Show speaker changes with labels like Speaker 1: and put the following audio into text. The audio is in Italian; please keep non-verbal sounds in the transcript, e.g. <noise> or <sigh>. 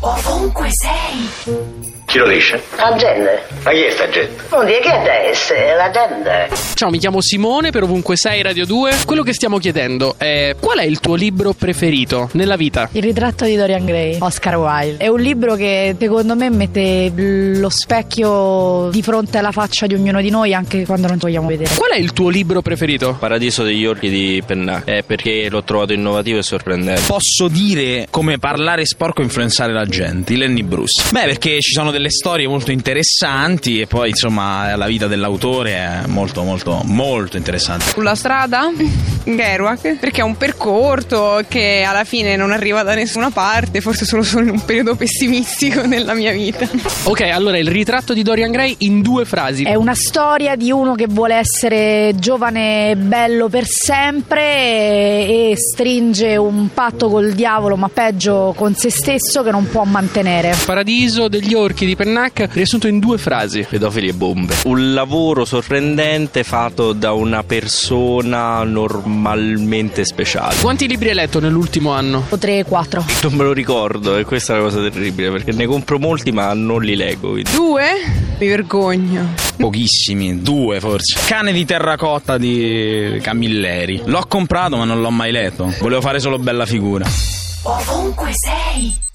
Speaker 1: Ovunque sei.
Speaker 2: Chi lo dice?
Speaker 3: La gente.
Speaker 2: Ma chi è sta gente?
Speaker 3: Non dire che deve essere la gente.
Speaker 4: Ciao, mi chiamo Simone per ovunque sei Radio 2. Quello che stiamo chiedendo è qual è il tuo libro preferito nella vita?
Speaker 5: Il ritratto di Dorian Gray, Oscar Wilde. È un libro che secondo me mette lo specchio di fronte alla faccia di ognuno di noi anche quando non vogliamo vedere.
Speaker 4: Qual è il tuo libro preferito?
Speaker 6: Paradiso degli orchi di Pennac è perché l'ho trovato innovativo e sorprendente.
Speaker 7: Posso dire come parlare sporco e influenzare la gente, di Lenny Bruce. Beh, perché ci sono delle storie molto interessanti e poi insomma la vita dell'autore è molto molto molto interessante.
Speaker 8: Sulla strada? Gerwach, perché è un percorso che alla fine non arriva da nessuna parte, forse solo solo in un periodo pessimistico <laughs> della mia vita.
Speaker 4: Ok, allora il ritratto di Dorian Gray in due frasi.
Speaker 5: È una storia di uno che vuole essere giovane e bello per sempre e, e stringe un patto col diavolo, ma peggio con se stesso che non può mantenere.
Speaker 4: Paradiso degli orchi di Pennac, riassunto in due frasi.
Speaker 6: Pedofili e bombe. Un lavoro sorprendente fatto da una persona normalmente speciale.
Speaker 4: Quanti libri hai letto nell'ultimo anno?
Speaker 5: 3 4.
Speaker 6: Non me lo ricordo e questa è una cosa terribile perché ne compro molti ma non li leggo. quindi.
Speaker 8: Due? Mi vergogno.
Speaker 7: Pochissimi, due forse. Cane di terracotta di Camilleri. L'ho comprato ma non l'ho mai letto. Volevo fare solo bella figura.
Speaker 1: Ovunque sei.